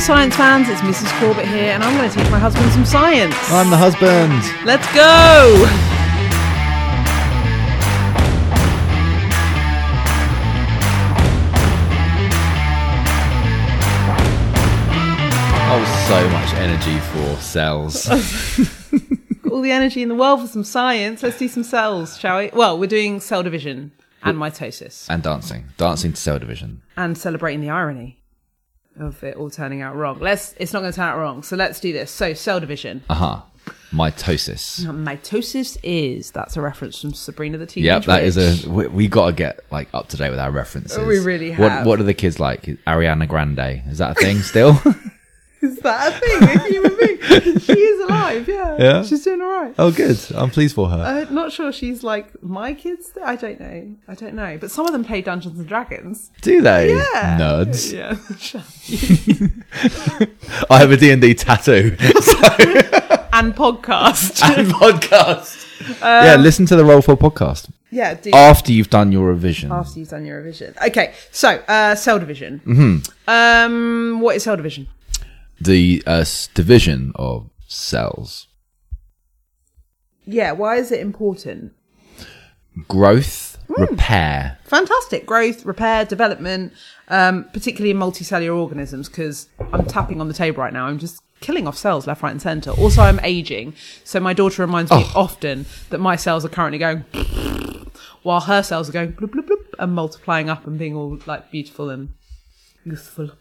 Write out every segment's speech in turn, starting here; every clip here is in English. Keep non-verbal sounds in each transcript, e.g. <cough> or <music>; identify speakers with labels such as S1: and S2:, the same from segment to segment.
S1: science fans, it's Mrs. Corbett here, and I'm going to teach my husband some science.
S2: I'm the husband.
S1: Let's go!
S3: Oh, so much energy for cells.
S1: <laughs> All the energy in the world for some science. Let's do some cells, shall we? Well, we're doing cell division and mitosis
S3: and dancing. Dancing to cell division.
S1: and celebrating the irony of it all turning out wrong. Let's, it's not going to turn out wrong, so let's do this. So, cell division.
S3: Aha. Mitosis.
S1: Now, mitosis is, that's a reference from Sabrina the Teenage
S3: Yep, that is
S1: Witch. <laughs>
S3: a. We, we gotta get like up to date with our references.
S1: We really have.
S3: What What are the kids like? Ariana Grande is that a thing
S1: <laughs>
S3: still? <laughs>
S1: Is that a thing? A human being? she is alive. Yeah.
S2: Yeah?
S1: She's doing all right.
S2: Oh, good. I'm pleased for her.
S1: I'm not sure she's like my kids. I don't know. I don't know. But some of them play Dungeons and Dragons.
S2: Do they?
S1: Yeah.
S3: Nerds.
S1: Yeah.
S2: I have a D&D tattoo
S1: <laughs> and <laughs> podcast.
S3: <laughs> and podcast.
S1: Um,
S3: yeah, listen to the Roll for podcast
S1: yeah. Do
S3: after you've done your revision.
S1: after you've done your revision. Okay. So, uh, cell division. Mm-hmm. Um, what is cell division?
S3: The uh, s- division of cells,
S1: Yeah. Why is it important?
S3: growth,
S1: Hmm.
S3: repair.
S1: Fantastic growth, repair, development, um, particularly in multicellular organisms. Because I'm tapping on the table right now. I'm just killing off cells left, right, and centre. Also, I'm aging, so my daughter reminds me often that my cells are currently going, <laughs> while her cells are going bloop bloop bloop and multiplying up and being all like beautiful and youthful.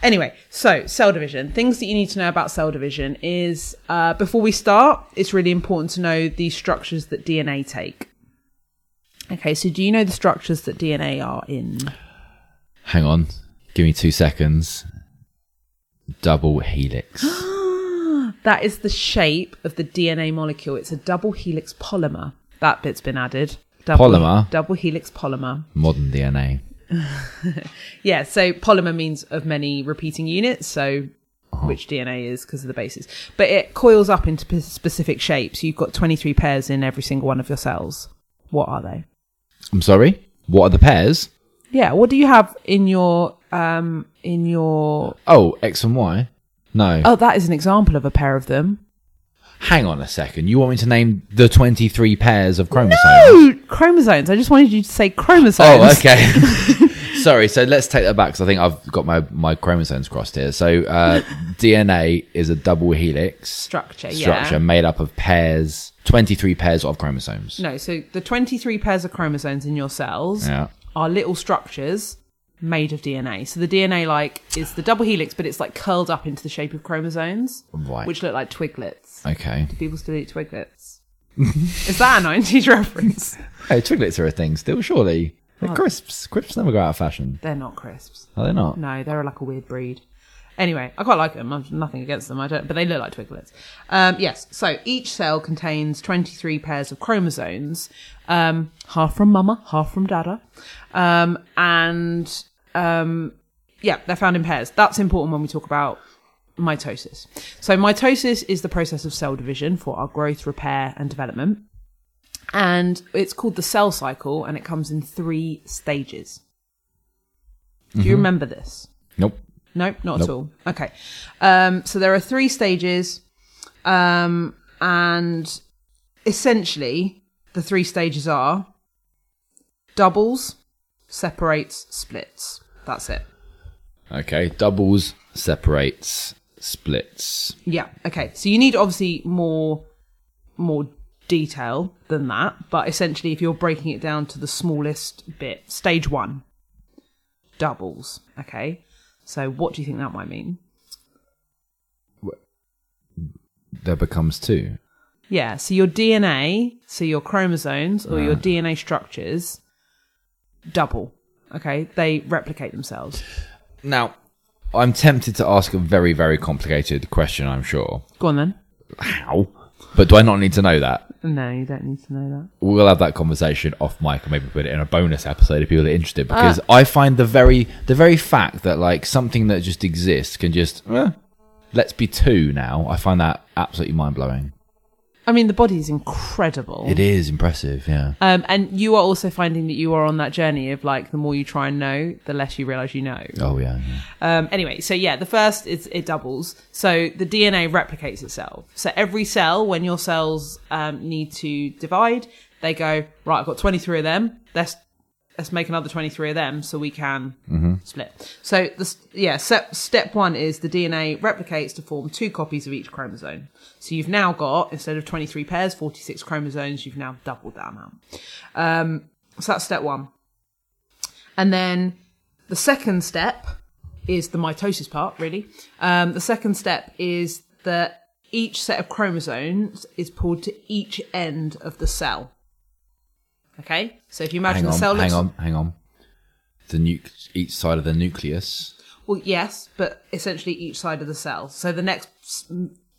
S1: Anyway, so cell division. Things that you need to know about cell division is uh, before we start, it's really important to know the structures that DNA take. Okay, so do you know the structures that DNA are in?
S3: Hang on, give me two seconds. Double helix.
S1: <gasps> That is the shape of the DNA molecule. It's a double helix polymer. That bit's been added. Double,
S3: Polymer?
S1: Double helix polymer.
S3: Modern DNA.
S1: Yeah, so polymer means of many repeating units, so
S3: Oh.
S1: which DNA is because of the bases. But it coils up into p- specific shapes. You've got 23 pairs in every single one of your cells. What are they?
S3: Oh. I'm sorry. What are the pairs?
S1: Yeah, what do you have in your um in your
S3: Oh, X and Y. No.
S1: Oh, that is an example of a pair of them.
S3: Hang on a second. You want me to name the 23 pairs of chromosomes?
S1: Oh, chromosomes. I just wanted you to say chromosomes.
S3: Oh,
S1: <laughs>
S3: okay. <laughs> Sorry. So let's take that back because I think I've got my, my chromosomes crossed here. So
S1: <laughs>
S3: uh, DNA is a double helix
S1: Structure, yeah.
S3: structure made up of pairs, 23 pairs of chromosomes.
S1: No, so the 23 pairs of chromosomes in your cells
S3: Yeah.
S1: are little structures made of DNA. So the DNA like is the double helix, but it's like curled up into the shape of chromosomes,
S3: Right.
S1: which look like twiglets.
S3: Okay.
S1: People still eat twiglets. <laughs> is that a 90s reference?
S3: Hey, twiglets are a thing still, surely. They're crisps. Crisps never go out of fashion.
S1: They're not crisps.
S3: Are they not?
S1: No, they're like a weird breed. Anyway, I quite like them. I've nothing against them. I don't, but they look like twiglets. Um, yes. So each cell contains 23 pairs of chromosomes, um, half from mama, half from dada. Um, and, um, yeah, they're found in pairs. That's important when we talk about mitosis. So mitosis is the process of cell division for our growth, repair and development. And it's called the cell cycle and it comes in three stages. Do you remember this?
S3: Nope.
S1: No, not
S3: Nope.
S1: at all. Okay. Um, so there are three stages. Um, and essentially, the three stages are doubles, separates, splits. That's it.
S3: Okay. Doubles, separates, splits.
S1: Yeah. Okay. So you need obviously more more detail than that, but essentially if you're breaking it down to the smallest bit, stage 1 doubles, okay? So what do you think that might mean?
S3: There becomes two.
S1: Yeah, so your DNA, so your chromosomes or your DNA structures double. Okay, they replicate themselves.
S3: Now, I'm tempted to ask a very, very complicated question, I'm sure.
S1: Go on then.
S3: How? But do I not need to know that?
S1: No, you don't need to know
S3: We'll have that conversation off mic and maybe put it in a bonus episode if people are interested because I find the very the very fact that like something that just exists can just eh, let's be two now, I find that absolutely mind blowing.
S1: that. I mean, the body is incredible.
S3: It is impressive, yeah.
S1: Um, and you are also finding that you are on that journey of like the more you try and know, the less you realize you know.
S3: Oh yeah. yeah.
S1: Um, anyway, so yeah, the first is it doubles. So the DNA replicates itself. So every cell, when your cells um, need to divide, they go right. I've got twenty three of them. Let's let's make another twenty three of them so we can
S3: Mm-hmm.
S1: split. So the s- yeah, step step one is the DNA replicates to form two copies of each chromosome. So you've now got instead of twenty three pairs, forty six chromosomes. You've now doubled that amount. Um, so that's step one. And then the second step is the mitosis part, really. Um, the second step is that each set of chromosomes is pulled to each end of the cell. Okay? So if you imagine
S3: Hang on,
S1: the cell looks.
S3: hang on, hang on. The nuke each side of the nucleus.
S1: Well, yes, but essentially each side of the cell. So the next s-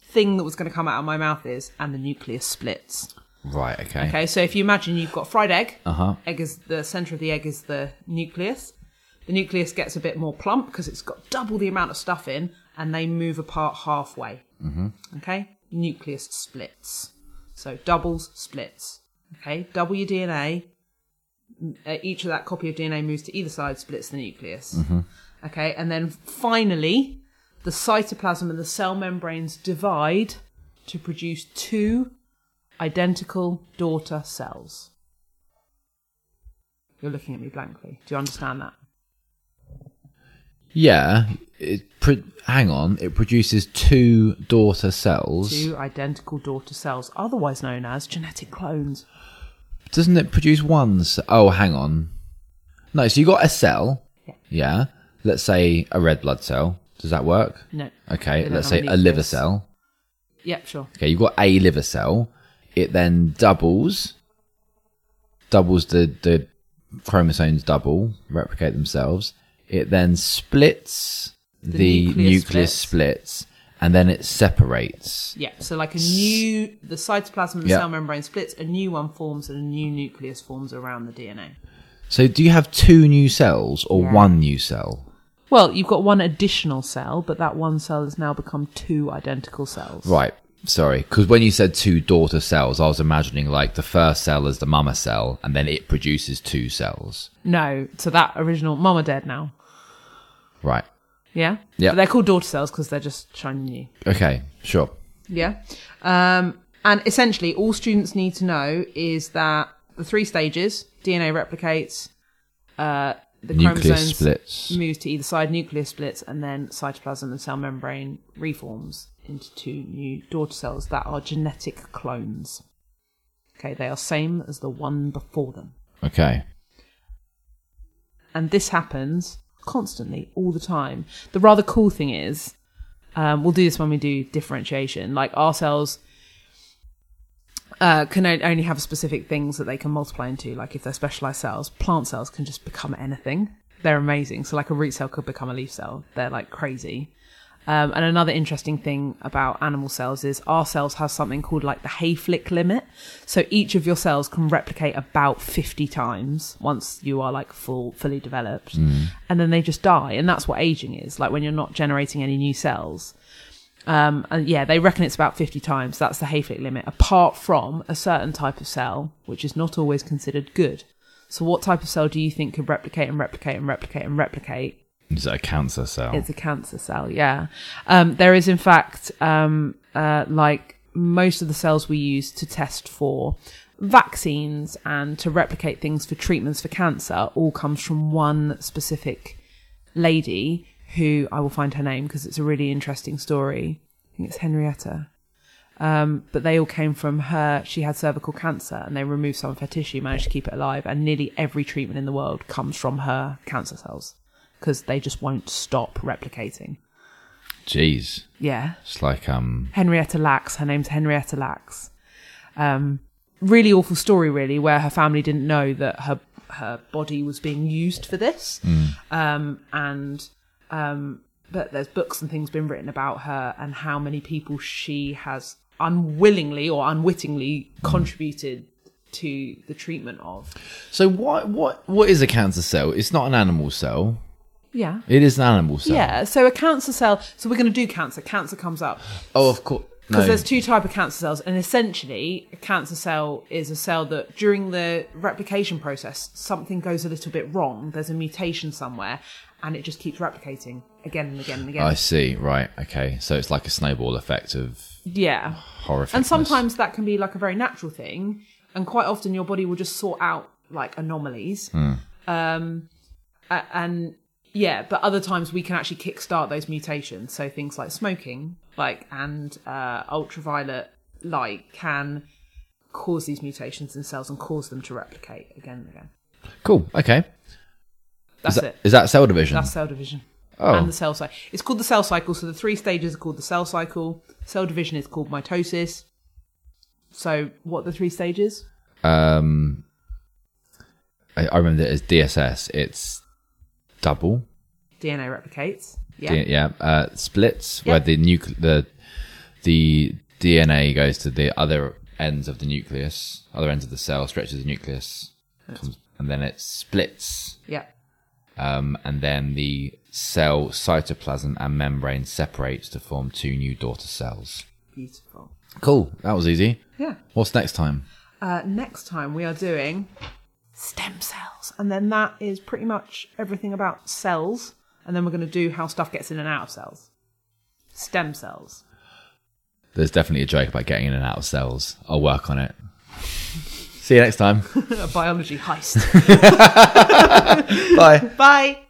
S1: thing that was going to come out of my mouth is, and the nucleus splits.
S3: Right, okay.
S1: Okay, so if you imagine you've got fried egg,
S3: Uh-huh.
S1: egg is the center of the egg is the nucleus. The nucleus gets a bit more plump because it's got double the amount of stuff in, and they move apart halfway. Mm-hmm. Okay, nucleus splits, so doubles splits. Okay, double your DNA. M- uh, Each of that copy of DNA moves to either side, splits the nucleus. Okay, and then finally, the cytoplasm and the cell membranes divide to produce two identical daughter cells. You're looking at me blankly. Do you understand that?
S3: Yeah. It pro- hang on, it produces two daughter cells.
S1: Two identical daughter cells, otherwise known as genetic clones.
S3: Doesn't it produce one ce- Oh, hang on. No, so you got a cell.
S1: Yeah.
S3: Yeah. Let's say a red blood cell. Does that work?
S1: No. They
S3: Okay,
S1: don't
S3: let's
S1: have
S3: say a liver
S1: nucleus.
S3: cell.
S1: Yep, sure.
S3: Okay, you've got a liver cell. It then doubles, doubles the, the chromosomes double, replicate themselves. It then splits, the, nucleus,
S1: nucleus
S3: splits. and then it separates.
S1: Yeah, so like a new, the cytoplasm and the
S3: Yeah.
S1: cell membrane splits, a new one forms and a new nucleus forms around the DNA.
S3: So do you have two new cells or
S1: Yeah.
S3: one new cell?
S1: Well, you've got one additional cell, but that one cell has now become two identical cells.
S3: Right. Sorry, because when you said two daughter cells, I was imagining like the first cell is the mama cell, and then it produces two cells.
S1: No, so that original, mum are dead now.
S3: Right.
S1: Yeah?
S3: Yeah.
S1: But They're called daughter cells because they're just shiny new.
S3: Okay. Sure.
S1: Yeah. Um, and essentially, all students need to know is that the three stages DNA replicates, uh, the
S3: Nucleus
S1: chromosomes
S3: splits.
S1: moves to either side, nucleus splits, and then cytoplasm and cell membrane reforms into two new daughter cells that are genetic clones. Okay, they are same as the one before them.
S3: Okay.
S1: and this happens constantly all the time the rather cool thing is um, we'll do this when we do differentiation like our cells uh, can o- only have specific things that they can multiply into like if they're specialized cells plant cells can just become anything they're amazing so like a root cell could become a leaf cell they're like crazy um, and another interesting thing about animal cells is our cells have something called like the Hayflick limit. So each of your cells can replicate about 50 times once you are like full, fully developed. And then they just die. And that's what aging is like when you're not generating any new cells. Um, and yeah, they reckon it's about 50 times. That's the Hayflick limit, apart from a certain type of cell, which is not always considered good. So what type of cell do you think could replicate and replicate and replicate and replicate
S3: Is it a cancer cell?
S1: it's a cancer cell, yeah. Um, there is, in fact, um, uh, like most of the cells we use to test for vaccines and to replicate things for treatments for cancer all comes from one specific lady who I will find her name because it's a really interesting story. I think it's Henrietta. Um, but they all came from her. She had cervical cancer and they removed some of her tissue, managed to keep it alive. And nearly every treatment in the world comes from her cancer cells because they just won't stop replicating.
S3: Jeez.
S1: Yeah.
S3: It's like um
S1: Henrietta Lacks. Her name's Henrietta Lacks. Um, really awful story, really, where her family didn't know that her her body was being used for this. Um, and um, but there's books and things been written about her and how many people she has unwillingly or unwittingly contributed to the treatment of.
S3: So what what what is a cancer cell? It's not an animal cell.
S1: Yeah.
S3: It is an animal cell.
S1: Yeah, so a cancer cell. So we're going to do cancer. Cancer comes up.
S3: Oh, of course.
S1: because
S3: No.
S1: there's two type of cancer cells and essentially a cancer cell is a cell that during the replication process something goes a little bit wrong there's a mutation somewhere and it just keeps replicating again and again and again
S3: I see. Right. Okay. So it's like a snowball effect of
S1: yeah
S3: horrific.
S1: and sometimes that can be like a very natural thing and quite often your body will just sort out like anomalies
S3: Hmm.
S1: um a- and yeah but other times we can actually kickstart those mutations so things like smoking like and uh ultraviolet light can cause these mutations in cells and cause them to replicate again and again
S3: Cool. Okay.
S1: that's
S3: Is that,
S1: it
S3: is that cell division?
S1: that's cell division
S3: Oh.
S1: and the cell cycle it's called the cell cycle so the three stages are called the cell cycle cell division is called mitosis so what are the three stages
S3: um, I, I remember it as DSS. It's double.
S1: DNA replicates. Yeah.
S3: Yeah. yeah. Uh, splits
S1: Yeah.
S3: where the nucle- the the DNA goes to the other ends of the nucleus, other ends of the cell, stretches the nucleus, comes, and then it splits.
S1: yeah.
S3: um, and then the cell cytoplasm and membrane separates to form two new daughter cells.
S1: Beautiful.
S3: Cool, that was easy.
S1: Yeah.
S3: What's next time?
S1: Uh, next time we are doing stem cells. And then that is pretty much everything about cells. And then we're going to do how stuff gets in and out of cells. Stem <laughs> cells.
S3: There's definitely a joke about getting in and out of cells. I'll work on it. <laughs> See you next time.
S1: A biology heist.
S3: Bye.
S1: <laughs> Bye.